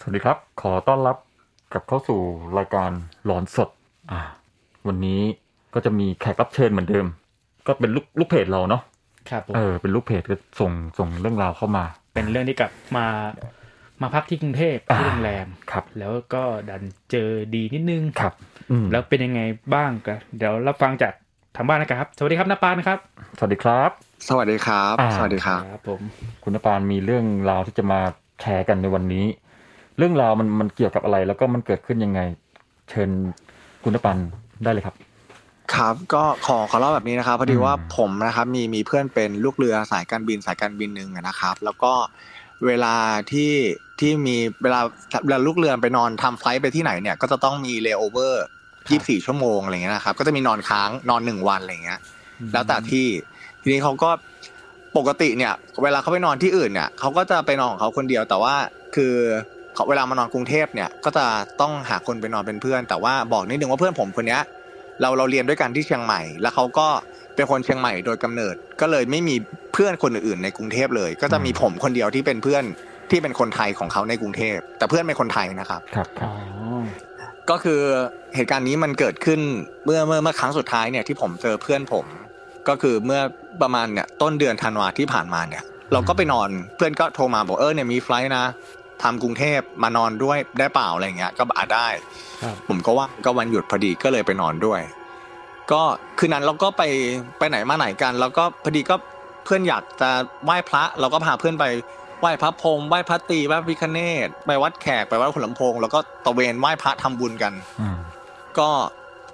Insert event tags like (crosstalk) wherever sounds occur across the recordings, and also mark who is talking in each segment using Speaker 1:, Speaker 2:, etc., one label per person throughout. Speaker 1: สวัสดีครับ ขอต้อนรับกลับเข้าสู่รายการหลอนสด อ่า วันนี้ก็จะมีแขกรับเชิญเหมือนเดิม ก็เป็นลูกลูกเพจเราเนาะ
Speaker 2: ครับผม
Speaker 1: เออเป็นลูกเพจก็ส่งส่งเรื่องราวเข้ามา
Speaker 2: เป็นเรื่องที่กลับมามาพักที่กรุงเทพ
Speaker 1: อ่า
Speaker 2: ที่โรงแรม
Speaker 1: ครับ
Speaker 2: แล้วก็ดันเจอดีนิดนึง
Speaker 1: ครับ อืม
Speaker 2: แล้วเป็นยังไงบ้างกันเดี๋ยวรับฟังจากทางบ้านนะครับ สวัสดีครับน้าปานครับ
Speaker 1: สวัสดีครับ
Speaker 3: สวัสดีครับ
Speaker 1: อ่า
Speaker 3: สวัสดีครับ
Speaker 2: บผม
Speaker 1: คุณนปานมีเรื่องราวที่จะมาแชร์กันในวันนี้ เรื่องราวมันมันเกี่ยวกับอะไร แล้วก็มันเกิดขึ้นยังไง เชิญคุณนปานได้เลยครับ
Speaker 3: ครับ ก็ขอขอเล่าแบบนี้นะครับพอดี
Speaker 1: อืม
Speaker 3: ว่าผมนะครับมีมีเพื่อนเป็นลูกเรือสายการบินสายการบินหนึ่งอะนะครับ แล้วก็เวลาที่ที่มีเวลาเวลาลูกเรือไปนอนทำไฟลท์ไปที่ไหนเนี่ยก็จะต้องมีเลโอเวอร์ยี่สิบสี่ชั่วโมงอะไรเงี้ยนะครับ ก็จะมีนอนค้างนอนหนึ่งวันอะไรเงี้ย แล้วแต่ที่ทีนี้เขาก็ปกติเนี่ย เวลาเขาไปนอนที่อื่นเนี่ยเขาก็จะไปนอนของเขาคนเดียว แต่ว่าคือเขาเวลามานอนกรุงเทพเนี่ย ก็จะต้องหาคนไปนอนเป็นเพื่อน แต่ว่าบอกนิดนึงว่าเพื่อนผมคนเนี้ย เราเราเรียนด้วยกันที่เชียงใหม่ แล้วเขาก็เป็นคนเชียงใหม่โดยกำเนิด ก็เลยไม่มีเพื่อนคนอื่นๆในกรุงเทพเลย ก็จะมีผมคนเดียวที่เป็นเพื่อนที่เป็นคนไทยของเขาในกรุงเทพแต่เพื่อนเป็นคนไทยนะครับ
Speaker 1: ครับค
Speaker 2: อ๋
Speaker 1: รั
Speaker 2: อบ
Speaker 3: ก็คือเหตุการณ์นี้มันเกิดขึ้นเมื่อเมื่อเมื่อครั้งสุดท้ายเนี่ยที่ผมเจอเพื่อนผม ก็คือเมื่อประมาณเนี่ยต้นเดือนธันวาที่ผ่านมาเนี่ย เราก็ไปนอนเพื่อนก็โทรมาบอกเออเนี่ยมีไฟลท์นะทำกรุงเทพมานอนด้วยได้เปล่าอะไรเงี้ยก็บอกอ่ะได้
Speaker 2: ครับ
Speaker 3: ผมก็ว่างก็วันหยุดพอดีก็เลยไปนอนด้วย ก็คืนนั้นเราก็ไปไปไหนมาไหนกัน แล้วก็พอดีก็เพื่อนอยากจะไหว้พระ เราก็พาเพื่อนไปไหว้พระพรหมไหว้พระตรีไหว้พระพิคเนตไปวัดแขกไปวัดขุนลำโพงแล้วก็ตะเวนไหว้พระทำบุญกัน
Speaker 1: อืม
Speaker 3: ก็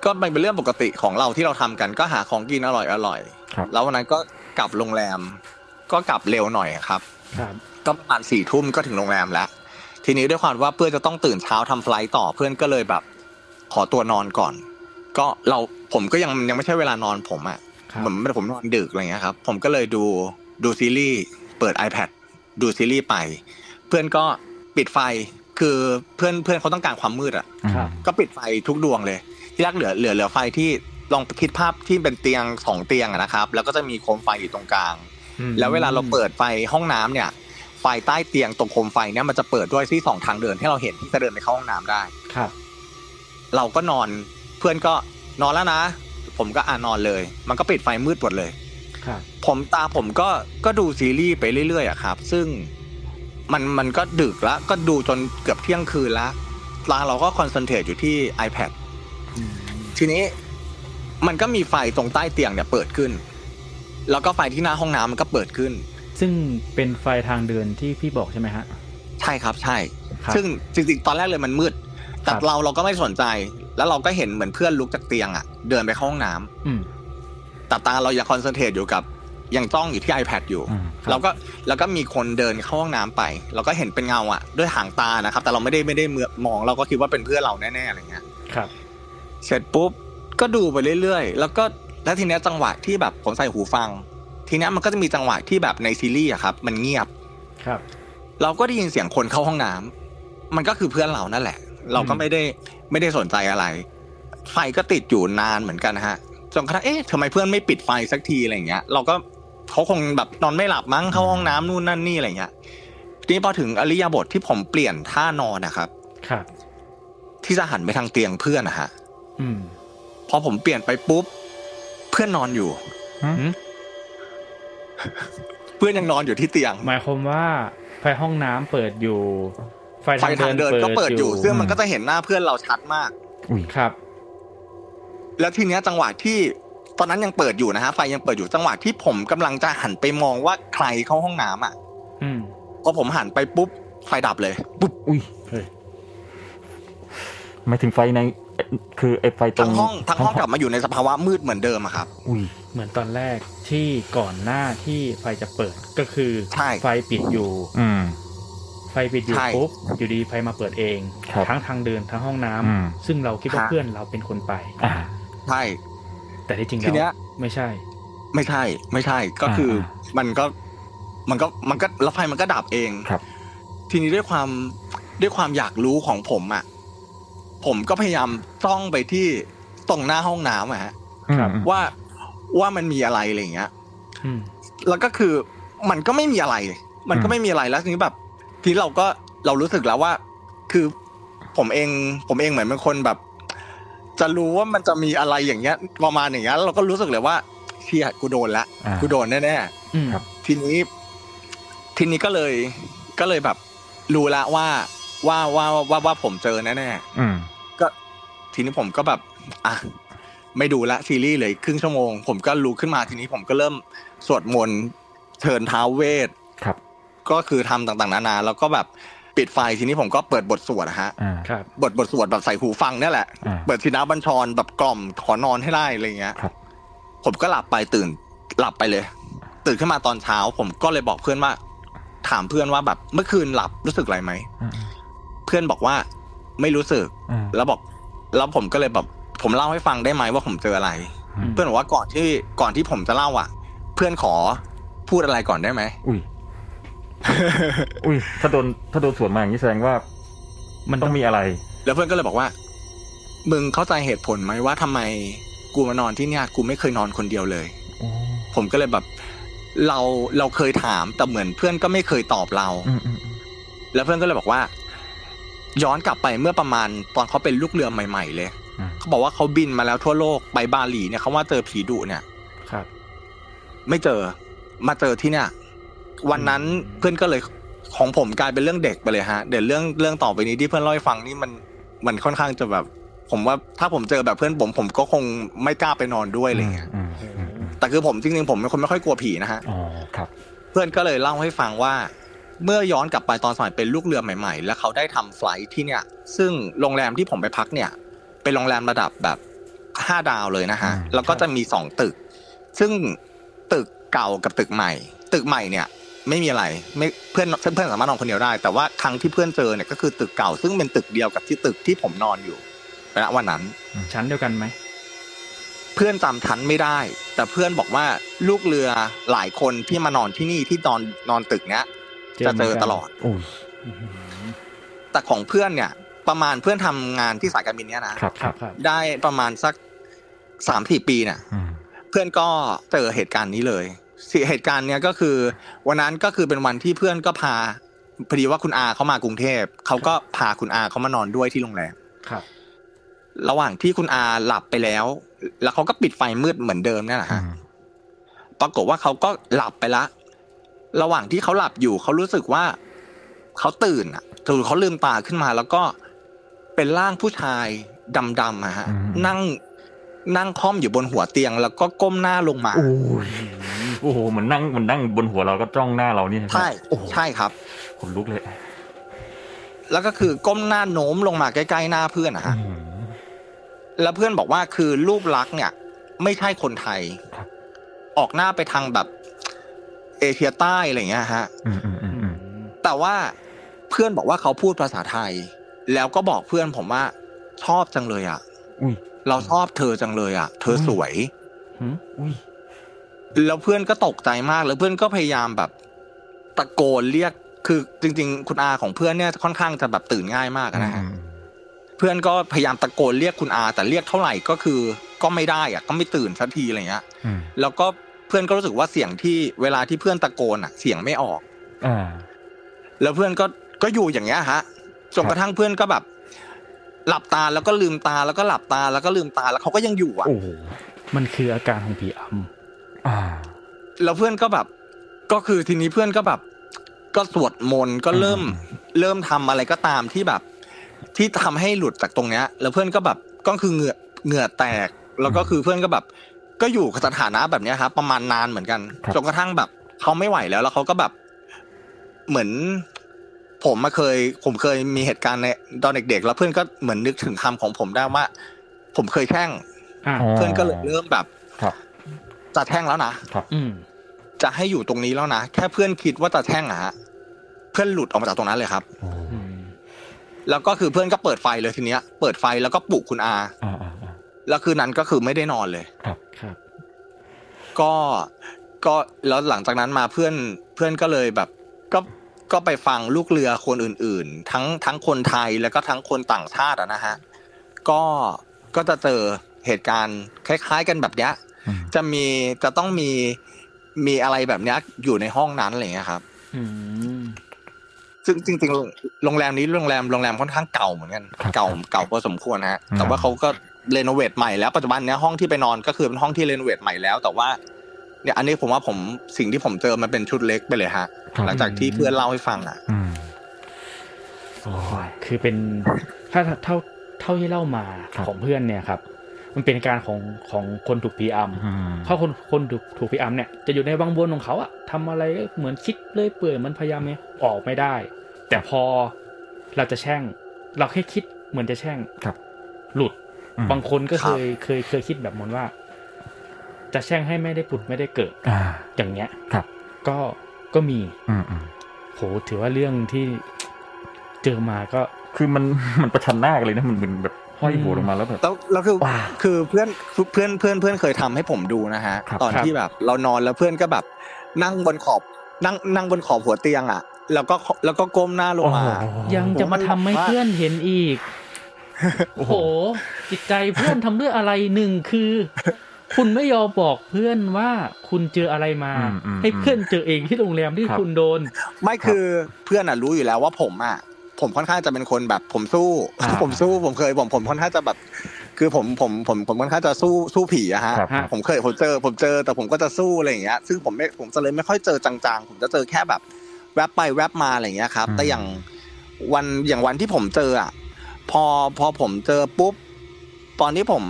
Speaker 3: ก็มันเป็นเรื่องปกติของเราที่เราทำกันก็หาของกินอร่อยอร่อยๆ
Speaker 1: ครับ
Speaker 3: แล้ววันนั้นก็กลับโรงแรม ก็กลับเร็วหน่อยครับ
Speaker 2: ครับ
Speaker 3: ก็ประมาณสี่ทุ่มก็ถึงโรงแรมแล้ว ทีนี้ด้วยความว่าเพื่อนจะต้องตื่นเช้าทำไฟลท์ต่อเพื่อนก็เลยแบบ ขอตัวนอนก่อน ก็เราผมก็ยังยังไม่ใช่เวลานอนผมอะ
Speaker 2: ครั
Speaker 3: ผมผมนอนดึกอะไรเงี้ยครับ ผมก็เลยดูดูซีรีส์เปิด iPad ดูซีรีส์ไป เพื่อนก็ปิดไฟคือเพื่อนเพื่อนเขาต้องการความมืดอะ
Speaker 1: อืม
Speaker 2: ครับ
Speaker 3: ก็ปิดไฟทุกดวงเลย ที่แรกเหลือเหลือเหลือไฟที่ลองคิดภาพที่เป็นเตียงสองเตียงอะนะครับ แล้วก็จะมีโคมไฟอยู่ตรงกลาง
Speaker 2: อืม
Speaker 3: แล้วเวลาเราเปิดไฟห้องน้ำเนี่ย ไฟใต้เตียงตรงโคมไฟเนี่ยมันจะเปิดด้วยที่สองทางเดินให้เราเห็นที่จะเดินไปเข้าห้องน้ำได้
Speaker 2: ครับ
Speaker 3: เราก็นอนเพื่อนก็นอนแล้วนะ ผมก็อ่านนอนเลย มันก็ปิดไฟมืดหมดเลย
Speaker 2: ครับ
Speaker 3: ผมตาผมก็ก็ดูซีรีส์ไปเรื่อยๆอะครับ ซึ่งมันมันก็ดึกแล้วก็ดูจนเกือบเที่ยงคืนแล้วตาเราก็คอนเซนเทรตอยู่ที่ iPad
Speaker 2: อืม
Speaker 3: ทีนี้มันก็มีไฟตรงใต้เตียงเนี่ยเปิดขึ้น แล้วก็ไฟที่หน้าห้องน้ำมันก็เปิดขึ้น
Speaker 2: ซึ่งเป็นไฟทางเดินที่พี่บอกใช่ไหมฮะ
Speaker 3: ใช่ครับใช่
Speaker 2: ครับ
Speaker 3: ซึ่งจริงๆตอนแรกเลยมันมืด แต่
Speaker 2: ครับ
Speaker 3: เราเราก็ไม่สนใจ แล้วเราก็เห็นเหมือนเพื่อนลุกจากเตียงอ่ะ เดินไปเข้าห้องน้ำ
Speaker 2: อืม
Speaker 3: แต่ตาเรายังคอนเซนเทรตอยู่กับยังจ้องอยู่ที่ iPad อยู่
Speaker 1: อืม
Speaker 2: ครับ
Speaker 3: เราก็แล้วก็มีคนเดินเข้าห้องน้ำไป เราก็เห็นเป็นเงาอ่ะ ด้วยหางตานะครับ แต่เราไม่ได้ไม่ได้เมือมอง เราก็คิดว่าเป็นเพื่อนเราแน่ๆอะไรเงี้ย
Speaker 2: ครับ
Speaker 3: เสร็จปุ๊บก็ดูไปเรื่อยๆ แล้วก็แล้วทีเนี้ยจังหวะที่แบบผมใส่หูฟัง ทีเนี้ยมันก็จะมีจังหวะที่แบบในซีรีส์อะครับ มันเงียบ
Speaker 2: ครับ
Speaker 3: เราก็ได้ยินเสียงคนเข้าห้องน้ำมันก็คือเพื่อนเรานั่นแหละ เราก็
Speaker 2: อืม
Speaker 3: ไม่ได้ไม่ได้สนใจอะไร ไฟก็ติดอยู่นานเหมือนกันนะฮะจนกระทั่งเอ๊ะทำไมเพื่อนไม่ปิดไฟสักทีอะไรอย่างเงี้ย เราก็เขาคงแบบนอนไม่หลับมั้งเข้าห้องน้ำนู่นนั่นนี่อะไรอย่างเงี้ยทีนี้พอถึงอริยบทที่ผมเปลี่ยนท่านอนนะครับ
Speaker 2: ครับ
Speaker 3: ที่จะหันไปทางเตียงเพื่อนนะฮะ
Speaker 2: อืม
Speaker 3: พอผมเปลี่ยนไปปุ๊บ เพื่อนนอนอยู่
Speaker 2: อืม
Speaker 3: เพื่อนยังนอนอยู่ที่เตียง
Speaker 2: หมายความว่าไฟห้องน้ำเปิดอยู่ ไฟ
Speaker 3: ไฟ
Speaker 2: ทาง
Speaker 3: ทาง
Speaker 2: เดิ
Speaker 3: เดิ
Speaker 2: น
Speaker 3: นก็เปิดอยู่ ซึ่งมัน
Speaker 1: อืม
Speaker 3: ก็จะเห็นหน้าเพื่อนเราชัดมาก
Speaker 1: อุ้ย
Speaker 2: ครับ
Speaker 3: แล้วทีเนี้ยจังหวะที่ตอนนั้นยังเปิดอยู่นะฮะไฟยังเปิดอยู่จังหวะที่ผมกำลังจะหันไปมองว่าใครเข้าห้องน้ำอ่ะ
Speaker 2: อืม
Speaker 3: พอผมหันไปปุ๊บไฟดับเลย
Speaker 1: ปุ๊บอุ้ย
Speaker 2: เฮ้ย
Speaker 1: หมายถึงไฟในเอ่อคือไอไฟตร
Speaker 3: ทั้
Speaker 1: ง
Speaker 3: งห้องทั้งห้องกลับมาอยู่ในสภาวะมืดเหมือนเดิมอะครับ
Speaker 1: อุ้ย
Speaker 2: เหมือนตอนแรกที่ก่อนหน้าที่ไฟจะเปิดก็คือ
Speaker 3: ใช่
Speaker 2: ไฟปิดอยู่
Speaker 1: อืม
Speaker 2: ไฟปิดอยู่
Speaker 3: ใช่
Speaker 2: ปุ๊บอยู่ดีไฟมาเปิดเอง
Speaker 1: ครับ
Speaker 2: ทั้งทางเดินทั้งห้องน้ำ
Speaker 1: อืม
Speaker 2: ซึ่งเราคิดว่า
Speaker 3: ฮะ
Speaker 2: เพื่อนเราเป็นคนไป
Speaker 1: อ่า
Speaker 3: ใช่
Speaker 2: แต่ที่จริง
Speaker 3: ทีเนี้
Speaker 2: แล้
Speaker 3: ย
Speaker 2: วไม่ใช่
Speaker 3: ไม่ใช่ ไม่ใช่ก็
Speaker 1: อ่า
Speaker 3: คืออา มันก็มันก็มันก็แล้วไฟมันก็ดับเอง
Speaker 1: ครับ
Speaker 3: ทีนี้ด้วยความด้วยความอยากรู้ของผมอ่ะผมก็พยายามจ้องไปที่ตรงหน้าห้องน้ำอะฮะ
Speaker 2: ครับ
Speaker 1: อืม
Speaker 3: ว่าว่ามันมีอะไรอะไรอย่างเงี้ย
Speaker 2: อืม
Speaker 3: แล้วก็คือมันก็ไม่มีอะไร มันก็ไม่มีอะไรแล้วทีนี้แบบ ทีนี้เราก็เรารู้สึกแล้วว่า คือผมเองผมเองเหมือนเป็นคนแบบ จะรู้ว่ามันจะมีอะไรอย่างเงี้ยประมาณอย่างเงี้ยแล้วเราก็รู้สึกเลยว่าเชียกูโดนละ
Speaker 1: อ่า
Speaker 3: กูโดนแน่ๆ
Speaker 2: อืม
Speaker 1: ครับ
Speaker 3: ทีนี้ทีนี้ก็เลยก็เลยแบบ รู้ละว่าว่าว่าว่าว่าผมเจอแน่
Speaker 1: อืม
Speaker 3: ๆก็ทีนี้ผมก็แบบอ่ะไม่ดูละซีรีส์เหลยครึ่งชั่วโมง ผมก็รู้ขึ้นมาทีนี้ผมก็เริ่มสวดมนต์เชิญท้าวเวท
Speaker 1: ครับ
Speaker 3: ก็คือทำต่างๆนานาแล้วก็แบบปิดไฟทีนี้ผมก็เปิดบทสวดอะฮะ
Speaker 1: อ่า
Speaker 2: ครับ
Speaker 3: บทบทสวดแบบใส่หูฟังเนี่ยแหละ
Speaker 1: อ่า
Speaker 3: เปิดทีนาบัญชรแบบกล่อมขอนอนให้ได้อะไรเงี้ย
Speaker 1: ครับ
Speaker 3: ผมก็หลับไปตื่น หลับไปเลย ตื่นขึ้นมาตอนเช้า ผมก็เลยบอกเพื่อนว่า ถามเพื่อนว่าแบบเมื่อคืนหลับรู้สึกอะไรไหม
Speaker 1: อ่า
Speaker 3: เพื่อนบอกว่าไม่รู้สึก
Speaker 1: อ่า
Speaker 3: แล้วบอก แล้วผมก็เลยแบบ ผมเล่าให้ฟังได้ไหมว่าผมเจออะไร
Speaker 2: ม
Speaker 3: เพื่อนบอกว่าก่อนที่ก่อนที่ผมจะเล่าอ่ะ เพื่อนขอพูดอะไรก่อนได้ไหม
Speaker 1: อุ้ย อุ้ย ถ้าโดนถ้าโดนสวนมาอย่างนี้แสดงว่า
Speaker 2: มัน
Speaker 1: ต้
Speaker 2: ต้
Speaker 1: อ
Speaker 2: องง
Speaker 1: มีอะไร
Speaker 3: แล้วเพื่อนก็เลยบอกว่า มึงเข้าใจเหตุผลไหมว่าทำไมกูมานอนที่เนี่ยกูไม่เคยนอนคนเดียวเลย
Speaker 1: โอ้
Speaker 3: ผมก็เลยแบบเราเราเคยถามแต่เหมือนเพื่อนก็ไม่เคยตอบเรา
Speaker 1: อืมอืมอืม
Speaker 3: แล้วเพื่อนก็เลยบอกว่า ย้อนกลับไปเมื่อประมาณตอนเขาเป็นลูกเรือใหม่ๆเลย
Speaker 1: อ่า
Speaker 3: เขาบอกว่าเขาบินมาแล้วทั่วโลกไปบาหลีเนี่ยเขาว่าเจอผีดุเนี่ย
Speaker 2: ครับ
Speaker 3: ไม่เจอมาเจอที่เนี่ย วันนั้น
Speaker 2: อืม
Speaker 3: เพื่อนก็เลยของผมกลายเป็นเรื่องเด็กไปเลยฮะเดี๋ยวเรื่องเรื่องต่อไปนี้ที่เพื่อนเล่าให้ฟังนี่มันมันค่อนข้างจะแบบ ผมว่าถ้าผมเจอแบบเพื่อนผมผมก็คงไม่กล้าไปนอนด้วยอะไรเงี้ย
Speaker 1: มอืมอืม
Speaker 3: แต่คือผมจริงๆผมเป็นคนไม่ค่อยกลัวผีนะฮะ
Speaker 1: อ๋อ ครับ
Speaker 3: เพื่อนก็เลยเล่าให้ฟังว่า เมื่อย้อนกลับไปตอนสมัยเป็นลูกเรือใหม่ๆ แล้วเขาได้ทำไฟลท์ที่เนี่ย ซึ่งโรงแรมที่ผมไปพักเนี่ย เป็นโรงแรมระดับแบบห้าดาวเลยนะฮะ
Speaker 1: อืม
Speaker 3: แล้วก็จะมีสองตึก ซึ่งตึกเก่ากับตึกใหม่ ตึกใหม่เนี่ย ไม่มีอะไรไม่เพื่อนเพื่อนสามารถนอนคนเดียวได้ แต่ว่าครั้งที่เพื่อนเจอเนี่ยก็คือตึกเก่า ซึ่งเป็นตึกเดียวกับที่ตึกที่ผมนอนอยู่ณวันนั้น
Speaker 2: ชั้นเดียวกันไหม
Speaker 3: เพื่อนจำชั้นไม่ได้ แต่เพื่อนบอกว่าลูกเรือหลายคนที่มานอนที่นี่ที่นอนนอนตึกเนี้ย จะเจอตลอด
Speaker 1: โอ้ย
Speaker 2: เหมือนกัน
Speaker 3: แต่ของเพื่อนเนี่ย ประมาณเพื่อนทำงานที่สายการบินเนี้ยนะครับ
Speaker 2: ค
Speaker 1: ค
Speaker 2: รั
Speaker 1: รั
Speaker 2: บบ ครับ
Speaker 3: ได้ประมาณสักสามสี่ปีเนี่ย
Speaker 1: อืม
Speaker 3: เพื่อนก็เจอเหตุการณ์นี้เลยสิเหตุการณ์เนี้ยก็คือ วันนั้นก็คือเป็นวันที่เพื่อนก็พาพอดีว่าคุณอาเขามากรุงเทพเขาก็พาคุณอาเขามานอนด้วยที่โรงแรม
Speaker 2: ครับ
Speaker 3: ระหว่างที่คุณอาหลับไปแล้ว แล้วเขาก็ปิดไฟมืดเหมือนเดิมเนี่ยแหละฮะ ปรากฏว่าเขาก็หลับไปละ ระหว่างที่เขาหลับอยู่เขารู้สึกว่าเขาตื่นอ่ะจู่ๆเขาลืมตาขึ้นมา แล้วก็เป็นร่างผู้ชายดำๆอะฮะ
Speaker 1: อืม
Speaker 3: นั่งนั่งคล่อมอยู่บนหัวเตียง แล้วก็ก้มหน้าลงมา
Speaker 1: โอ้ย โอ้โหเหมันนั่งเหมันนั่งบนหัวเราก็จ้องหน้าเรานี่ไหม
Speaker 3: ใช่
Speaker 1: โอ้โห
Speaker 3: ใช่ครับ
Speaker 1: ขนลุกเลย
Speaker 3: แล้วก็คือก้มหน้าโน้มลงมาใกล้ๆหน้าเพื่อนอะ
Speaker 1: อื
Speaker 3: ฮะ
Speaker 1: ม
Speaker 3: แล้วเพื่อนบอกว่าคือรูปลักษณ์เนี่ย ไม่ใช่คนไทย
Speaker 1: ครับ
Speaker 3: ออกหน้าไปทางแบบเอเชียใต้อะไรอย่างเงี้ยฮะ
Speaker 1: อืมอืมอืมอืม
Speaker 3: แต่ว่าเพื่อนบอกว่าเขาพูดภาษาไทย แล้วก็บอกเพื่อนผมว่าชอบจังเลยอ่ะ
Speaker 1: อุ้ย
Speaker 3: เราชอบเธอจังเลยอ่ะ เธอสวย
Speaker 2: หืม
Speaker 1: อุ้ย
Speaker 3: แล้วเพื่อนก็ตกใจมากแล้วเพื่อนก็พยายามแบบ ตะโกนเรียกคือจริง ๆ คุณอาของเพื่อนเนี่ยค่อนข้างจะแบบตื่นง่ายมากอะนะฮะเพื่อนก็พยายามตะโกนเรียกคุณอา แต่เรียกเท่าไหร่ก็คือ ก็ไม่ได้อ่ะ ก็ไม่ตื่นสักทีอะไรเงี้ย
Speaker 1: อืม
Speaker 3: แล้วก็เพื่อนก็รู้สึกว่าเสียงที่เวลาที่เพื่อนตะโกนอ่ะ เสียงไม่ออก
Speaker 1: อ่า
Speaker 3: แล้วเพื่อนก็ก็อยู่อย่างเงี้ยฮะจนกระทั่งเพื่อนก็แบบ หลับตาแล้วก็ลืมตาแล้วก็หลับตาแล้วก็ลืมตาแล้วเขาก็ยังอยู่อ่ะ
Speaker 1: โอ้โห
Speaker 2: มันคืออาการของผีอ
Speaker 1: อ่า
Speaker 3: แล้วเพื่อนก็แบบ ก็คือทีนี้เพื่อนก็แบบ ก็สวดมนต์ก็เริ่ม เริ่มทำอะไรก็ตามที่แบบ ที่ทำให้หลุดจากตรงเนี้ย แล้วเพื่อนก็แบบก็คือเหงื่อเหงื่อแตก แล้วก็คือเพื่อนก็แบบ ก็อยู่กับสถานะแบบเนี้ยครับประมาณนานเหมือนกัน
Speaker 1: ครับ
Speaker 3: จนกระทั่งแบบเขาไม่ไหวแล้วแล้วเขาก็แบบ เหมือน ผมมาเคย ผมเคยมีเหตุการณ์ในตอนเด็ก ๆ แล้วเพื่อนก็เหมือนนึกถึงคำของผมได้ว่า ผมเคยแช่ง
Speaker 2: ำอ่า
Speaker 3: เพื่อนก็เลยเริ่มแบบ
Speaker 1: ครับ
Speaker 3: จะแช่งแล้วนะ
Speaker 2: อืม
Speaker 3: จะให้อยู่ตรงนี้แล้วนะแค่เพื่อนคิดว่าจะแช่งอะฮะเพื่อนหลุดออกมาจากตรงนั้นเลยครับ
Speaker 1: โอ้โห
Speaker 2: อืม
Speaker 3: แล้วก็คือเพื่อนก็เปิดไฟเลยทีเนี้ย เปิดไฟแล้วก็ปลุกคุณอา
Speaker 1: อ่าอ่าอ่า
Speaker 3: แล้วคืนนั้นก็คือไม่ได้นอนเลย
Speaker 2: ครับ
Speaker 3: ก็ก็แล้วหลังจากนั้นมาเพื่อนเพื่อนก็เลยแบบ ก็ก็ไปฟังลูกเรือคนอื่น ๆ ทั้งทั้งคนไทยแล้วก็ทั้งคนต่างชาติอะนะฮะก็ก็จะเจอเหตุการณ์คล้ายๆ กันแบบเนี้ย
Speaker 1: อืม
Speaker 3: จะมีจะต้องมีมีอะไรแบบเนี้ยอยู่ในห้องนั้นอะไรอย่างเงี้ยครับ
Speaker 2: อืม
Speaker 3: จ ซึ่งจริงๆโรงแรมนี้โรงแรมโรงแรมค่อนข้างเก่าเหมือนกัน
Speaker 1: ครับ
Speaker 3: เก่าเก่าพอสมควรฮะแต่
Speaker 1: ครั
Speaker 3: ว่า
Speaker 1: บ
Speaker 3: เขาก็เรโนเวทใหม่แล้วปัจจุบันเนี้ยห้องที่ไปนอนก็คือเป็นห้องที่เรโนเวทใหม่แล้ว แต่ว่าเนี่ยอันนี้ผมว่าผมสิ่งที่ผมเจอมันเป็นชุดเล็กไปเลยฮะ
Speaker 1: ครับ
Speaker 3: หลังจากที่เพื่อนเล่าให้ฟังอ่ะ
Speaker 1: อืมโอ้ย
Speaker 2: คือเป็นถ้าเท่าเท่าที่เล่ามา
Speaker 1: ครับ
Speaker 2: ของเพื่อนเนี่ยครับ มันเป็นอาการของของคนถูกผีอำ
Speaker 1: อืม
Speaker 2: เขาคนคนถูกถูกผีอำเนี่ยจะอยู่ในวังวนของเขาอะทำอะไรก็เหมือนคิดเลื่อยเปื่อยเหมันพยายามเนี่ยออกไม่ได้ แต่พอเราจะแช่ง เราแค่คิดเหมือนจะแช่ง
Speaker 1: ครับ
Speaker 2: หลุด
Speaker 1: อืม
Speaker 2: บางคนก็
Speaker 3: ค
Speaker 2: เค
Speaker 3: รับ
Speaker 2: ยเคยเคยคิดแบบมันว่า จะแช่งให้ไม่ได้ผุดไม่ได้เกิด
Speaker 1: อ่า
Speaker 2: อย่างเงี้ย
Speaker 1: ครับ
Speaker 2: ก็ก็มี
Speaker 1: อืมอืม
Speaker 2: โหถือว่าเรื่องที่เจอมาก็
Speaker 1: คือมัน (laughs) มันประชันหน้ากันเลยนะ มันเหมือนแบบห้อยหัวลงมาแล้วแบบ
Speaker 3: แล้วแล้วคือ
Speaker 1: ว้า
Speaker 3: คือเพื่อนเพื่อนเพื่อนเพื่อนเคยทำให้ผมดูนะฮะ
Speaker 1: ครับ
Speaker 3: ตอน
Speaker 2: ครับ
Speaker 3: ที่แบบเรานอนแล้วเพื่อนก็แบบ นั่งบนขอบนั่งนั่งบนขอบหัวเตียงอ่ะ แล้วก็แล้วก็ก้มหน้าลงมา
Speaker 1: โอ้โห
Speaker 2: ยังจะมาทำให้เพื่อนเห็นอีก
Speaker 1: โอ้
Speaker 2: โอ้
Speaker 1: โห
Speaker 2: โห จิตใจเพื่อนทำด้วยอะไรหนึ่งคือ คุณไม่ยอมบอกเพื่อนว่าคุณเจออะไรมา
Speaker 1: อืมอืม
Speaker 2: ให้เพื่อนเจอเองที่โรงแรมที่
Speaker 1: ครับ
Speaker 2: คุณโดน
Speaker 3: ไม่คือเพื่อนอ่ะรู้อยู่แล้วว่าผมอ่ะผมค่อนข้างจะเป็นคนแบบผมสู้
Speaker 1: อ่า
Speaker 3: ผมสู้ผมเคยผมผมค่อนข้างจะแบบ คือผมผมผมผมค่อนข้างจะสู้สู้ผีอะฮะ
Speaker 1: ครับ
Speaker 2: ฮะ
Speaker 3: ผมเคยผมเจอผมเจอแต่ผมก็จะสู้อะไรอย่างเงี้ยซึ่งผมไม่ผมจะเลยไม่ค่อยเจอจังๆ ผมจะเจอแค่แบบแวบไปแวบมาอะไรอย่างเงี้ยครับ แต่อย่างวันอย่างวันที่ผมเจออ่ะพอพอผมเจอปุ๊บตอนที่ผม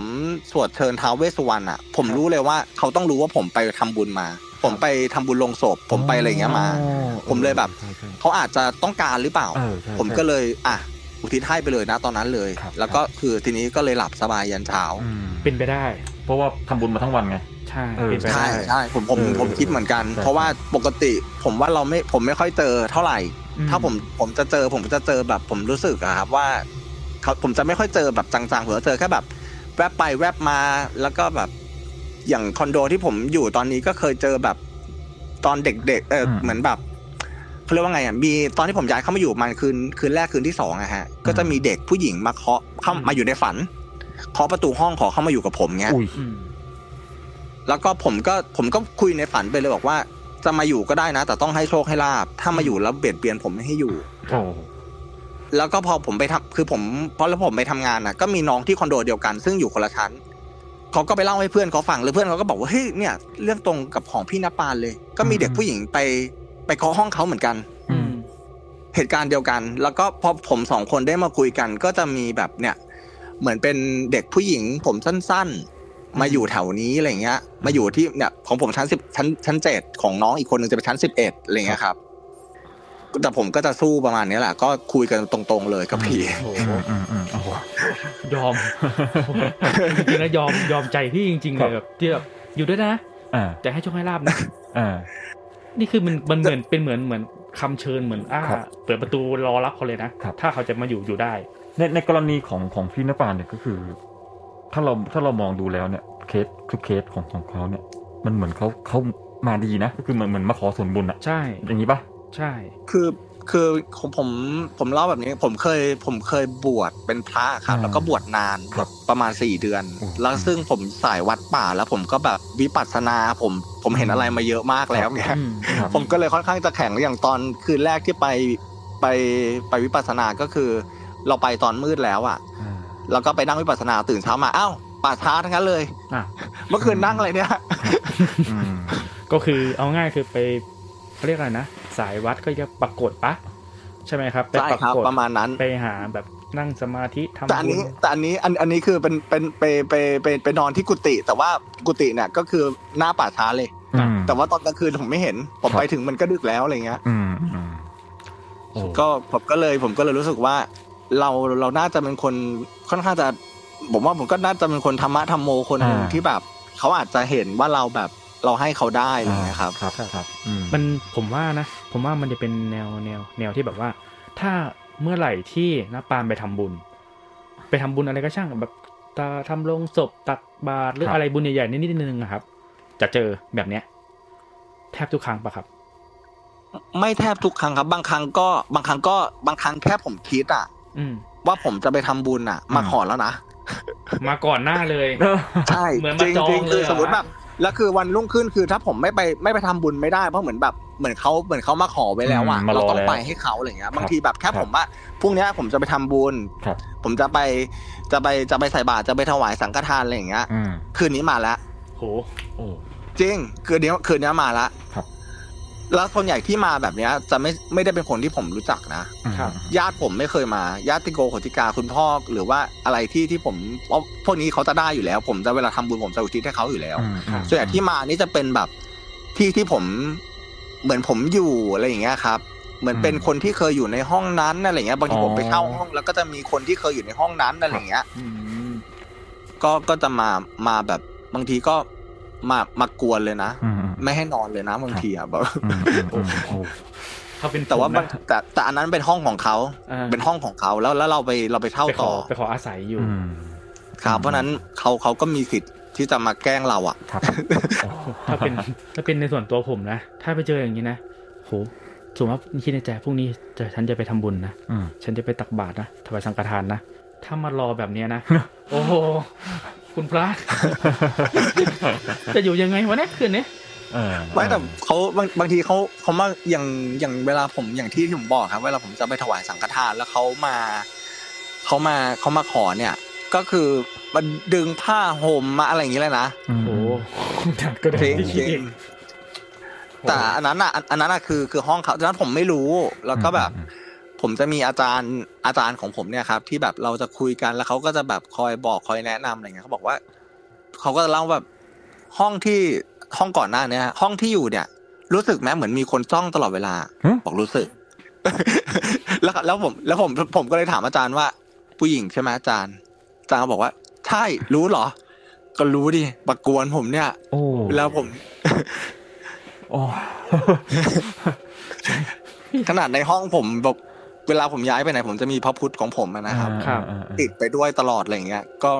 Speaker 3: สวดเชิญท้าวเวสสุวรรณอ่ะ ผมรู้เลยว่าเขาต้องรู้ว่าผมไปทำบุญมา ผมไปทำบุญลงศพผมไปอะไรอย่างเงี้ยมา
Speaker 1: อ๋อ
Speaker 3: ผมเลยแบบ
Speaker 1: ใช่ใช่
Speaker 3: เขาอาจจะต้องการหรือเปล่า
Speaker 1: เออใช่ใช่
Speaker 3: ผมก็เลยอ่ะอุทิศให้ไปเลยนะตอนนั้นเลย
Speaker 1: ครับ
Speaker 3: แล้วก็คือทีนี้ก็เลยหลับสบายยันเช้า
Speaker 1: อืม
Speaker 2: เป็นไปได้
Speaker 1: เพราะว่าทำบุญมาทั้งวันไง
Speaker 2: ใช่
Speaker 1: เออ
Speaker 2: เป็นไป
Speaker 3: ใช่
Speaker 2: ได้
Speaker 3: ใช่ผมผม
Speaker 1: เออ
Speaker 3: ผมคิดเหมือนกัน
Speaker 1: ใช่
Speaker 3: เพราะว่าปกติผมว่าเราไม่ผมไม่ค่อยเจอเท่าไหร่
Speaker 2: อื
Speaker 3: ถ้าผมผมจะเจอผมจะเจอแบบผมรู้สึกอะครับว่าเขาผมจะไม่ค่อยเจอแบบจังๆผมจะเจอแค่แบบ แวบไปแวบมาแล้วก็แบบอย่างคอนโดที่ผมอยู่ตอนนี้ก็เคยเจอแบบตอนเด็กๆเอออ
Speaker 1: ม
Speaker 3: เหมือนแบบเขาเรียกว่าไงอ่ะมีตอนที่ผมย้ายเข้ามาอยู่มันคืนคืนแรกคืนที่สองอะฮะ ก็จะมีเด็กผู้หญิงมาเคาะเข้ามาอยู่ในฝันเคาะประตูห้องขอเข้ามาอยู่กับผมเงี้ย
Speaker 1: อุ้ย
Speaker 2: อืม
Speaker 3: แล้วก็ผมก็ผมก็คุยในฝันไปเลยบอกว่า จะมาอยู่ก็ได้นะ แต่ต้องให้โชคให้ลาบถ้ามาอยู่แล้วเบียดเบียนผมไม่ให้อยู่
Speaker 1: โอ้โห
Speaker 3: แล้วก็พอผมไปทำคือผมพอแล้วผมไปทำงานนะก็มีน้องที่คอนโดเดียวกัน ซึ่งอยู่คนละชั้นเขาก็ไปเล่าให้เพื่อนเขาฟังแล้วเพื่อนเขาก็บอกว่าเฮ้ยเนี่ยเรื่องตรงกับของพี่นปานเลย ก็มีเด็กผู้หญิงไปไปเคาะห้องเขาเหมือนกัน
Speaker 2: อืม
Speaker 3: เหตุการณ์เดียวกัน แล้วก็พอผมสองคนได้มาคุยกัน ก็จะมีแบบเนี่ย เหมือนเป็นเด็กผู้หญิง ผมสั้นๆ มาอยู่แถวนี้อะไรเงี้ย มาอยู่ที่เนี่ยของผมชั้นสิบชั้นชั้นเจ็ดของน้องอีกคนหนึ่งจะเป็นชั้นสิบเอ็ดอะไรเงี้ยครับ แต่ผมก็จะสู้ประมาณเนี้ยแหละก็คุยกันตรงๆเลยกับพี่
Speaker 2: โห
Speaker 1: อืมอืมอืมโอ้โห
Speaker 2: ย
Speaker 1: (laughs)
Speaker 2: อมจริงๆนะยอมยอมใจพี่จริงๆ
Speaker 1: ค
Speaker 2: เล
Speaker 1: รับ
Speaker 2: ยแบบที่แบบอยู่ด้วยนะ
Speaker 1: อ่า
Speaker 2: แต่ให้โชคให้ลาบนะ
Speaker 1: อ่า
Speaker 2: นี่คือมันมันเหมือนเป็นเหมือนเหมือนคำเชิญเหมือนอ้า
Speaker 1: ครับ
Speaker 2: เปิดประตูรอรับเขาเลยนะ
Speaker 1: ครับ
Speaker 2: ถ้าเขาจะมาอยู่อยู่ได้
Speaker 1: ในในกรณีของของพี่นปานเนี่ยก็คือ ถ้าเราถ้าเรามองดูแล้วเนี่ยเคสทุกเคสของของเขาเนี่ย มันเหมือนเขาเขามาดีนะ ก็คือเหมือนเหมือนมาขอส่วนบุญอะ
Speaker 2: ใช่
Speaker 1: อย่างนี้ปะ
Speaker 2: ใช่
Speaker 3: คือคือผมผมผมเล่าแบบนี้ผมเคยผมเคยบวชเป็นพระครับ แล้วก็บวชนาน
Speaker 1: ครับ
Speaker 3: ประมาณสี่เดือน
Speaker 1: อืม
Speaker 3: แล้วซึ่งผมสายวัดป่าแล้วผมก็แบบวิปัสสนาผมผมเห็นอะไรมาเยอะมากแล้วเนี่ย
Speaker 2: อืม
Speaker 1: ครับ
Speaker 3: ผมก็เลยค่อนข้างจะแข็งอย่างตอนคืนแรกที่ไปไปไปวิปัสสนาก็คือ เราไปตอนมืดแล้วอ่ะ
Speaker 1: อ่า
Speaker 3: แล้วก็ไปนั่งวิปัสสนาตื่นเช้ามาอ้าวป่าช้าทั้งนั้นเลย
Speaker 2: อ่ะ
Speaker 3: เมื่อคืนนั่งอะไรเนี่ย
Speaker 1: อืม
Speaker 2: ก็คือเอาง่ายคือไปเขาเรียกอะไรนะ สายวัดก็จะปรากฏปะใช่ไหมครับไป
Speaker 3: ใช่
Speaker 2: ปรา
Speaker 3: ครับ
Speaker 2: กฏ
Speaker 3: ประมาณนั้น
Speaker 2: ไปหาแบบนั่งสมาธิทำ
Speaker 3: แต่อัน
Speaker 2: บุญ
Speaker 3: นี้แต่อันนี้อันอันนี้คือเป็นเป็นไปไปไปไปนอนที่กุฏิแต่ว่ากุฏิเนี่ยก็คือหน้าป่าช้าเลย
Speaker 1: อืม
Speaker 3: แต่ว่าตอนกลางคืนผมไม่เห็น ผม
Speaker 1: ครับ
Speaker 3: ไปถึงมันก็ดึกแล้วอะไรเงี้ย
Speaker 1: อืมอืมโอ้
Speaker 3: ก็ผมก็เลยผมก็เลยรู้สึกว่า เราเราน่าจะเป็นคนค่อนข้างจะผมว่าผมก็น่าจะเป็นคนธรรมะธรรมโมคนหนึ่ง
Speaker 1: อ่า
Speaker 3: ที่แบบเขาอาจจะเห็นว่าเราแบบเราให้เขาได้อะไรเงี้ยครับ
Speaker 1: ครับครับอืม
Speaker 2: มันผมว่านะ ผมว่ามันจะเป็นแนวแนวแนวที่แบบว่า ถ้าเมื่อไหร่ที่นาปานไปทำบุญ ไปทำบุญอะไรก็ช่างแบบตาทำลงศพตักบาตรหรืออะไรบุญใหญ่ๆนิดๆนึงๆอะครับ จะเจอแบบเนี้ย แทบทุกครั้งปะครับ
Speaker 3: ไม่แทบทุกครั้งครับ บางครั้งก็บางครั้งก็บางครั้งแค่ผมคิดอะ
Speaker 2: อืม
Speaker 3: ว่าผมจะไปทำบุญอะมาขอแล้วนะ
Speaker 2: มาก่อนหน้าเลย
Speaker 1: เออ
Speaker 3: ใช่
Speaker 2: เหมือน
Speaker 3: จ
Speaker 2: มา
Speaker 3: ริง
Speaker 2: จอง
Speaker 3: จริงๆ
Speaker 2: เลย
Speaker 3: คื
Speaker 2: เหร
Speaker 3: อ
Speaker 2: อ
Speaker 3: สมมติแบบ แล้วคือวันรุ่งขึ้นคือถ้าผมไม่ไปไม่ไปทำบุญไม่ได้เพราะเหมือนแบบเหมือนเขาเหมือนเขามาขอไว้แล้วอ่ะ
Speaker 1: อืมมารอ
Speaker 3: เราต้อง
Speaker 1: แล้ว
Speaker 3: ไปให้เขาอะไรเงี้ยบาง
Speaker 1: ครับ
Speaker 3: ทีแบบ
Speaker 1: ค
Speaker 3: แค่
Speaker 1: รับ
Speaker 3: ผมว่าพรุ่งเนี้ยผมจะไปทำบุญ
Speaker 1: ครับ
Speaker 3: ผมจะไปจะไปจะไปใส่บาตรจะไปถวายสังฆทานอะไรอย่างเงี้ย
Speaker 1: อืม
Speaker 3: คืนนี้มาแล้ว
Speaker 2: โห
Speaker 1: โอ้
Speaker 3: จริงคืนนี้คืนนี้มาแล้ว
Speaker 1: ครับ
Speaker 3: แล้วคนใหญ่ที่มาแบบเนี้ย จะไม่ไม่ได้เป็นคนที่ผมรู้จักนะ
Speaker 2: ครับ
Speaker 3: ญาติผมไม่เคยมา ญาติโกโหติกาคุณพ่อหรือว่าอะไรที่ที่ผมว่าพวกนี้เขาจะได้อยู่แล้ว ผมจะเวลาทำบุญผมจะอุทิศให้เขาอยู่แล้ว
Speaker 1: อืมอืม
Speaker 3: ส่วนใหญ่ที่มานี่จะเป็นแบบที่ที่ผมเหมือนผมอยู่อะไรอย่างเงี้ยครับ เหมือนเป็นคนที่เคยอยู่ในห้องนั้นอะไรอย่างเงี้ยบางทีผมไปเข้าห้อง แล้วก็จะมีคนที่เคยอยู่ในห้องนั้นอะไรอย่างเงี้ย
Speaker 2: อืม
Speaker 3: ก็ก็จะมามาแบบบางทีก็มามากวนเลยนะ
Speaker 1: อืมอืม
Speaker 3: ไม่ให้นอนเลยนะบางทีอ่ะแบบ
Speaker 1: อืมอืมอืมโอ้
Speaker 2: ถ้าเป็น
Speaker 3: แต่ว่า
Speaker 2: ผม
Speaker 3: บา
Speaker 2: นะ
Speaker 3: งแต่แต่อันนั้นเป็นห้องของเขา
Speaker 2: อ่า
Speaker 3: เป็นห้องของเขาแล้วแล้วเราไปเราไปเท่า
Speaker 2: ไปข
Speaker 3: ต่
Speaker 2: อ
Speaker 3: อ
Speaker 2: ไปขออาศัยอยู่
Speaker 3: ครับ เพราะฉะนั้นเขาเขาก็มีสิทธิ์ที่จะมาแกล้งเราอ่ะ
Speaker 1: ครับ
Speaker 2: ถ้าเป็นถ้าเป็นในส่วนตัวผมนะ ถ้าไปเจออย่างนี้นะโหสมมติว่าคิดในใจพรุ่งนี้จะฉันจะไปทำบุญนะ
Speaker 1: อืม
Speaker 2: ฉันจะไปตักบาตรนะถวายสังฆทานนะ ถ้ามารอแบบเนี้ยนะ
Speaker 1: (laughs)
Speaker 2: โอ้โห คุณพระ (laughs) จะอยู่ยังไงวะเนี่ยคืนนี้
Speaker 1: เออ
Speaker 3: ไม่แต่เขาบางบางทีเขาเขามาอย่างอย่างเวลาผมอย่างที่ที่ผมบอกครับเวลาผมจะไปถวายสังฆทานแล้วเขามาเขามาเขามาขอเนี่ย ก็คือมันดึงผ้าห่มมาอะไรอย่างนี้เลยนะ
Speaker 1: อืม
Speaker 2: โอ้โห (laughs) จัดก็ได้
Speaker 3: จริง
Speaker 2: ที่คิดเอง
Speaker 3: จริง แต่อันนั้นอ่ะอันอันนั้นอ่ะคือคือห้องเขาดังนั้นผมไม่รู้แล้วก็แบบ ผมจะมีอาจารย์อาจารย์ของผมเนี่ยครับ ที่แบบเราจะคุยกันแล้วเขาก็จะแบบคอยบอกคอยแนะนำอะไรเงี้ยเขาบอกว่าเขาก็จะเล่าแบบห้องที่ห้องก่อนหน้าเนี้ยห้องที่อยู่เนี่ย รู้สึกไหมเหมือนมีคนจ้องตลอดเวลา
Speaker 1: อืม
Speaker 3: บอกรู้สึก (laughs) แล้วแล้วผม แล้วผมผมก็เลยถามอาจารย์ว่า ผู้หญิงใช่ไหมอาจารย์อาจารย์ก็บอกว่าใช่รู้เหรอ ก็รู้ดิประกวนผมเนี่ย
Speaker 1: โอ้
Speaker 3: แล้วผม
Speaker 1: โอ้
Speaker 3: ขนาดในห้องผมแบบเวลาผมย้ายไปไหน ผมจะมีพระพุทธของผมอะนะครับ
Speaker 2: ครับ
Speaker 3: ติดไปด้วยตลอดอะไรอย่างเงี้ย ก็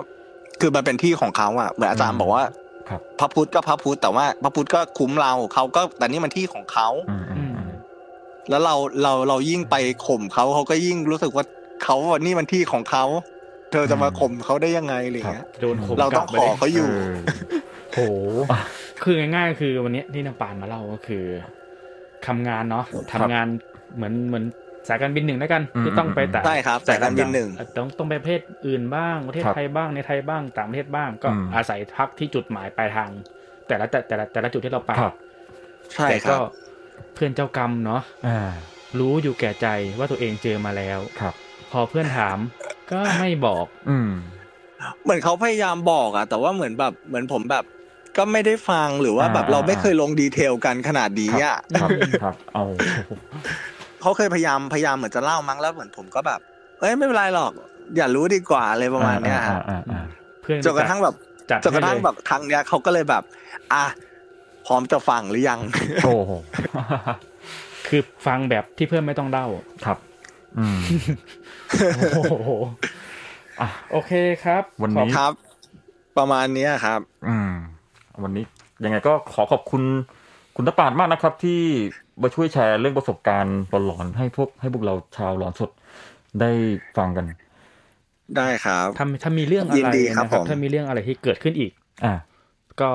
Speaker 3: คือมันเป็นที่ของเขาอ่ะเหมือนอาจารย์
Speaker 1: อืม
Speaker 3: บอกว่า
Speaker 1: ครับ
Speaker 3: พระพุทธก็พระพุทธแต่ว่าพระพุทธก็คุ้มเราเขาก็แต่นี่มันที่ของเขา
Speaker 1: อืมอืมอืม
Speaker 3: แล้วเราเราเรายิ่งไปข่มเขาเขาก็ยิ่งรู้สึกว่าเขาว่านี่มันที่ของเขาเธอจะมาข่มเขาได้ยังไงอะไรอย่างเงี้ย
Speaker 2: โดนข่ม
Speaker 3: เรา
Speaker 2: ก
Speaker 3: ต้
Speaker 2: ลั
Speaker 3: อบ ง
Speaker 2: ไป
Speaker 3: ขอ
Speaker 2: เลย
Speaker 3: เขาอยู่
Speaker 1: เ
Speaker 2: โห
Speaker 3: (laughs)
Speaker 2: คือง่ายๆ คือวันเนี้ยที่น้ำปานมาเล่าก็คือทำงานเนาะทำงานเหมือนเหมือนสายการบินหนึ่งแล้วกัน
Speaker 1: อืม
Speaker 2: ที่ต้องไปแต่
Speaker 3: ใช่ครับสายการบินหนึ่ง
Speaker 2: เอ่อต้องต้องไปประเทศอื่นบ้างประเทศ
Speaker 1: ครับ
Speaker 2: ไทยบ้างในไทยบ้างต่างประเทศบ้าง ก็
Speaker 1: อืม
Speaker 2: อาศัยพักที่จุดหมายปลายทาง แต่ละแต่แต่ละแต่ละจุดที่เราไป
Speaker 1: ครับ
Speaker 3: ใช่
Speaker 2: แต่
Speaker 3: ค
Speaker 2: ก็
Speaker 3: รับ
Speaker 2: เพื่อนเจ้ากรรมเนาะ
Speaker 1: อ่า
Speaker 2: รู้อยู่แก่ใจว่าตัวเองเจอมาแล้ว
Speaker 1: ครับ
Speaker 2: พอเพื่อนถามก็ไม่บอก
Speaker 1: อืม
Speaker 3: เหมือนเขาพยายามบอกอะแต่ว่าเหมือนแบบเหมือนผมแบบ ก็ไม่ได้ฟังหรือว่าแบบ
Speaker 1: อ่า
Speaker 3: เราไม่เคยลงดีเทลกันขนาดนี้อะ
Speaker 1: ครับครับ เอา
Speaker 3: เขาเคยพยายามพยายามเหมือนจะเล่ามั้งแล้วเหมือนผมก็แบบ เอ้ยไม่เป็นไรหรอก อย่ารู้ดีกว่าอะไรประมาณเนี้ย
Speaker 1: อ่าอ่าอ่า
Speaker 2: เพื่อน
Speaker 3: จนกระทั่งแบบ
Speaker 2: จัด
Speaker 3: จนกระทั่ง
Speaker 2: ให้เลย
Speaker 3: แบบครั้งเนี้ยเขาก็เลยแบบ อ่ะพร้อมจะฟังหรือ
Speaker 1: (laughs)
Speaker 3: ยัง
Speaker 1: โอ้โห
Speaker 2: คือฟังแบบที่เพื่อนไม่ต้องเล่า
Speaker 1: ครับ อืม
Speaker 2: โอ้โห
Speaker 1: อ่ะ
Speaker 2: โอเคครับ
Speaker 1: วันนี้
Speaker 2: ขอบ
Speaker 3: ครับ ประมาณเนี้ยครับ
Speaker 1: อืม วันนี้ยังไงก็ขอขอบคุณคุณตะปานมากนะครับ ที่มาช่วยแชร์เรื่องประสบการณ์หลอนๆให้พวกให้พวกเราชาวหลอนสดได้ฟังกัน
Speaker 3: ได้ครับ
Speaker 2: ถ้าถ้ามีเรื่องอะ
Speaker 3: ยิน
Speaker 2: ไร
Speaker 3: ดี
Speaker 2: นะครับ
Speaker 3: ผม
Speaker 2: ถ้ามีเรื่องอะไรที่เกิดขึ้นอีก
Speaker 1: อ่า
Speaker 2: ก็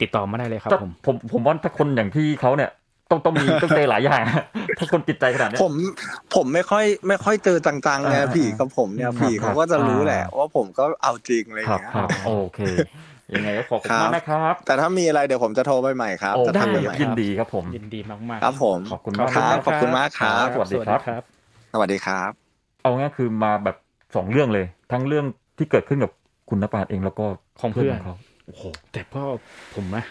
Speaker 2: ติดต่อมาได้เลยครับ
Speaker 1: ถ้า
Speaker 2: ผม
Speaker 1: ผมผมว่าถ้าคนอย่างพี่เขาเนี่ยต้องต้องมี ต้องเจอหลายอย่าง (laughs) ถ้าคนติดใจขนาดเนี้ย
Speaker 3: ผมผมไม่ค่อย ไม่ค่อยเจอจังๆไง
Speaker 1: อ่า
Speaker 3: ผีกับผมเนี่
Speaker 1: ครั
Speaker 3: ย
Speaker 1: บ
Speaker 3: ผี
Speaker 1: ครั
Speaker 3: เขา
Speaker 1: บ
Speaker 3: ก็จะรู้
Speaker 1: อ่า
Speaker 3: แหละ ว่าผมก็เอาจริงอะไรอ
Speaker 1: ค
Speaker 3: ย่า
Speaker 1: รับ
Speaker 3: งเงี้ย
Speaker 1: ครับโอเค ยังไงก็ขอบคุณ
Speaker 3: ครับ
Speaker 1: มากนะครับ
Speaker 3: แต่ถ้ามีอะไรเดี๋ยวผมจะโทรไปใหม่ครับ
Speaker 1: โอ้
Speaker 3: จะ
Speaker 2: ได้
Speaker 3: ทำใหม่
Speaker 1: ยินดีครับผม
Speaker 2: ยินดีมากมากๆ
Speaker 3: ครับผม
Speaker 1: ขอบคุณ
Speaker 3: ขอ
Speaker 1: มากนะครั
Speaker 3: บคุณครับบ ขอบคุณมากครับ
Speaker 1: สวัสดีครับ
Speaker 2: ครับ
Speaker 3: สวัสดีครับ
Speaker 1: เอาง่ายคือมาแบบสองเรื่องเลย ทั้งเรื่องที่เกิดขึ้นกับคุณนภาเองแล้วก็
Speaker 2: ของเพื่อน
Speaker 1: เขาโอ้โห
Speaker 2: แต่พ่อผมนะ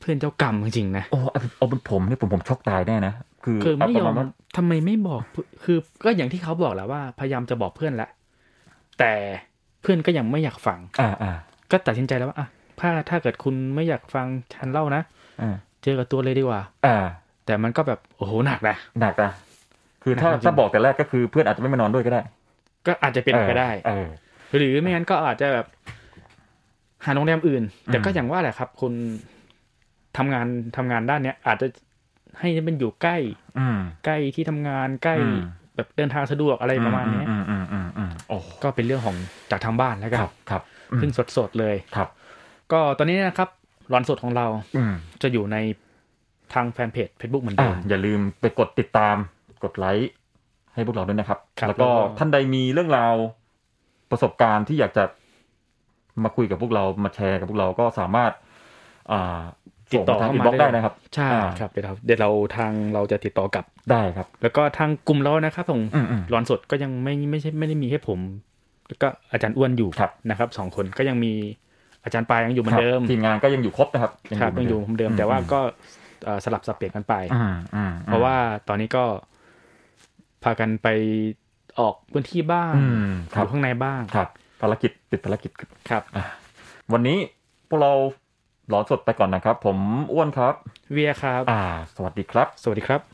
Speaker 2: เพื่อนเจ้ากรรมจริงๆนะ
Speaker 1: โอ้เอาเอาเป็นผมเนี่ยผมผมช็อกตายแน่นะคือ
Speaker 2: คือไม่ยอ
Speaker 1: เาประาม ณว่า
Speaker 2: ทำไมไม่บอกเพื่อนคือก็อย่างที่เขาบอกแหล้วว่าพยายามจะบอกเพื่อนแล้วแต่เพื่อนก็ยังไม่อยากฟัง
Speaker 1: อ่าอ่า
Speaker 2: ก็ตัดสินใจแล้วว่าอ่ะถ้าถ้าเกิดคุณไม่อยากฟังฉันเล่านะ
Speaker 1: อ่า
Speaker 2: เจอกับตัวเลยดีกว่า
Speaker 1: อ่า
Speaker 2: แต่มันก็แบบโอ้โหหนักนะ
Speaker 1: หนักนะคือถ้า
Speaker 2: หนักจริง
Speaker 1: ถ้าบอกแต่แรกก็คือเพื่อนอาจจะไม่มานอนด้วยก็ได้
Speaker 2: ก็อาจจะเป็นไปได้
Speaker 1: เออ
Speaker 2: หรือไม่งั้นก็อาจจะแบบหาโรงแรมอื่น แต่ก็
Speaker 1: อืม
Speaker 2: อย่างว่าแหละครับคนทำงานทำงานด้านเนี้ย อาจจะให้มันอยู่ใกล้
Speaker 1: อืม
Speaker 2: ใกล้ที่ทำงานใกล้
Speaker 1: อืม
Speaker 2: แบบเดินทางสะดวกอะไรประมาณเนี้ย
Speaker 1: อืมอืมอืมอืมอืมโอ้โห
Speaker 2: ก็เป็นเรื่องของจากทางบ้านแล้วกั
Speaker 1: คน รับครับอืม
Speaker 2: เพิ่งสดๆเลย
Speaker 1: ครับ
Speaker 2: ก็ตอนนี้นะครับ ร้อนสดของเรา
Speaker 1: อืม
Speaker 2: จะอยู่ในทางแฟนเพจ Facebook เหมือน
Speaker 1: อ่า
Speaker 2: เดิม
Speaker 1: อย่าลืมไปกดติดตามกดไลค์ให้พวกเราด้วยนะครับ
Speaker 2: ครับ
Speaker 1: แล้วก็
Speaker 2: แล้วก็
Speaker 1: ท่านใดมีเรื่องราวประสบการณ์ที่อยากจะมาคุยกับพวกเรามาแชร์กับพวกเราก็สามารถ อ่า
Speaker 2: ติดต่อ
Speaker 1: ส่งมาทาง
Speaker 2: เข้า
Speaker 1: อิน
Speaker 2: มา
Speaker 1: บ็อกซ์ได้
Speaker 2: เลย
Speaker 1: นะครับ
Speaker 2: ใช่
Speaker 1: อ่า
Speaker 2: ครับเดี๋ยวเราเดี๋ยวเราทางเราจะติดต่อกลับ
Speaker 1: ได้ครับ
Speaker 2: แล้วก็ทางกลุ่มเรานะครับของ
Speaker 1: อืมอืม
Speaker 2: ร้อนสดก็ยังไม่ไม่ใช่ไม่ได้มีแค่ผม แล้วก็อาจารย์อ้วนอยู่
Speaker 1: ครับ
Speaker 2: นะครับสองคนก็ยังมีอาจารย์ปายยังอยู่เหมือ
Speaker 1: ครั
Speaker 2: น
Speaker 1: บ
Speaker 2: เดิม
Speaker 1: ทีมงานก็ยังอยู่ครบนะครับ
Speaker 2: ครับยังอยู่
Speaker 1: เห
Speaker 2: เห
Speaker 1: มืน
Speaker 2: มือนเดิม แต่ว่าก็เอ่อสลับสับเปลี่ยนกันไป
Speaker 1: อืมอืมอืม
Speaker 2: เพราะว่าตอนนี้ก็พากันไปออกพื้นที่บ้าง
Speaker 1: อืมค
Speaker 2: อ
Speaker 1: รับ
Speaker 2: ยู่ข้างในบ้าง
Speaker 1: ครับภารกิจติดภารกิจ
Speaker 2: ครับ
Speaker 1: วันนี้พวกเราหลอนสดไปก่อนนะครับ ผมอ้วนครับ
Speaker 2: เวียครับ
Speaker 1: อ่า สวัสดีครับ
Speaker 2: สวัสดีครับ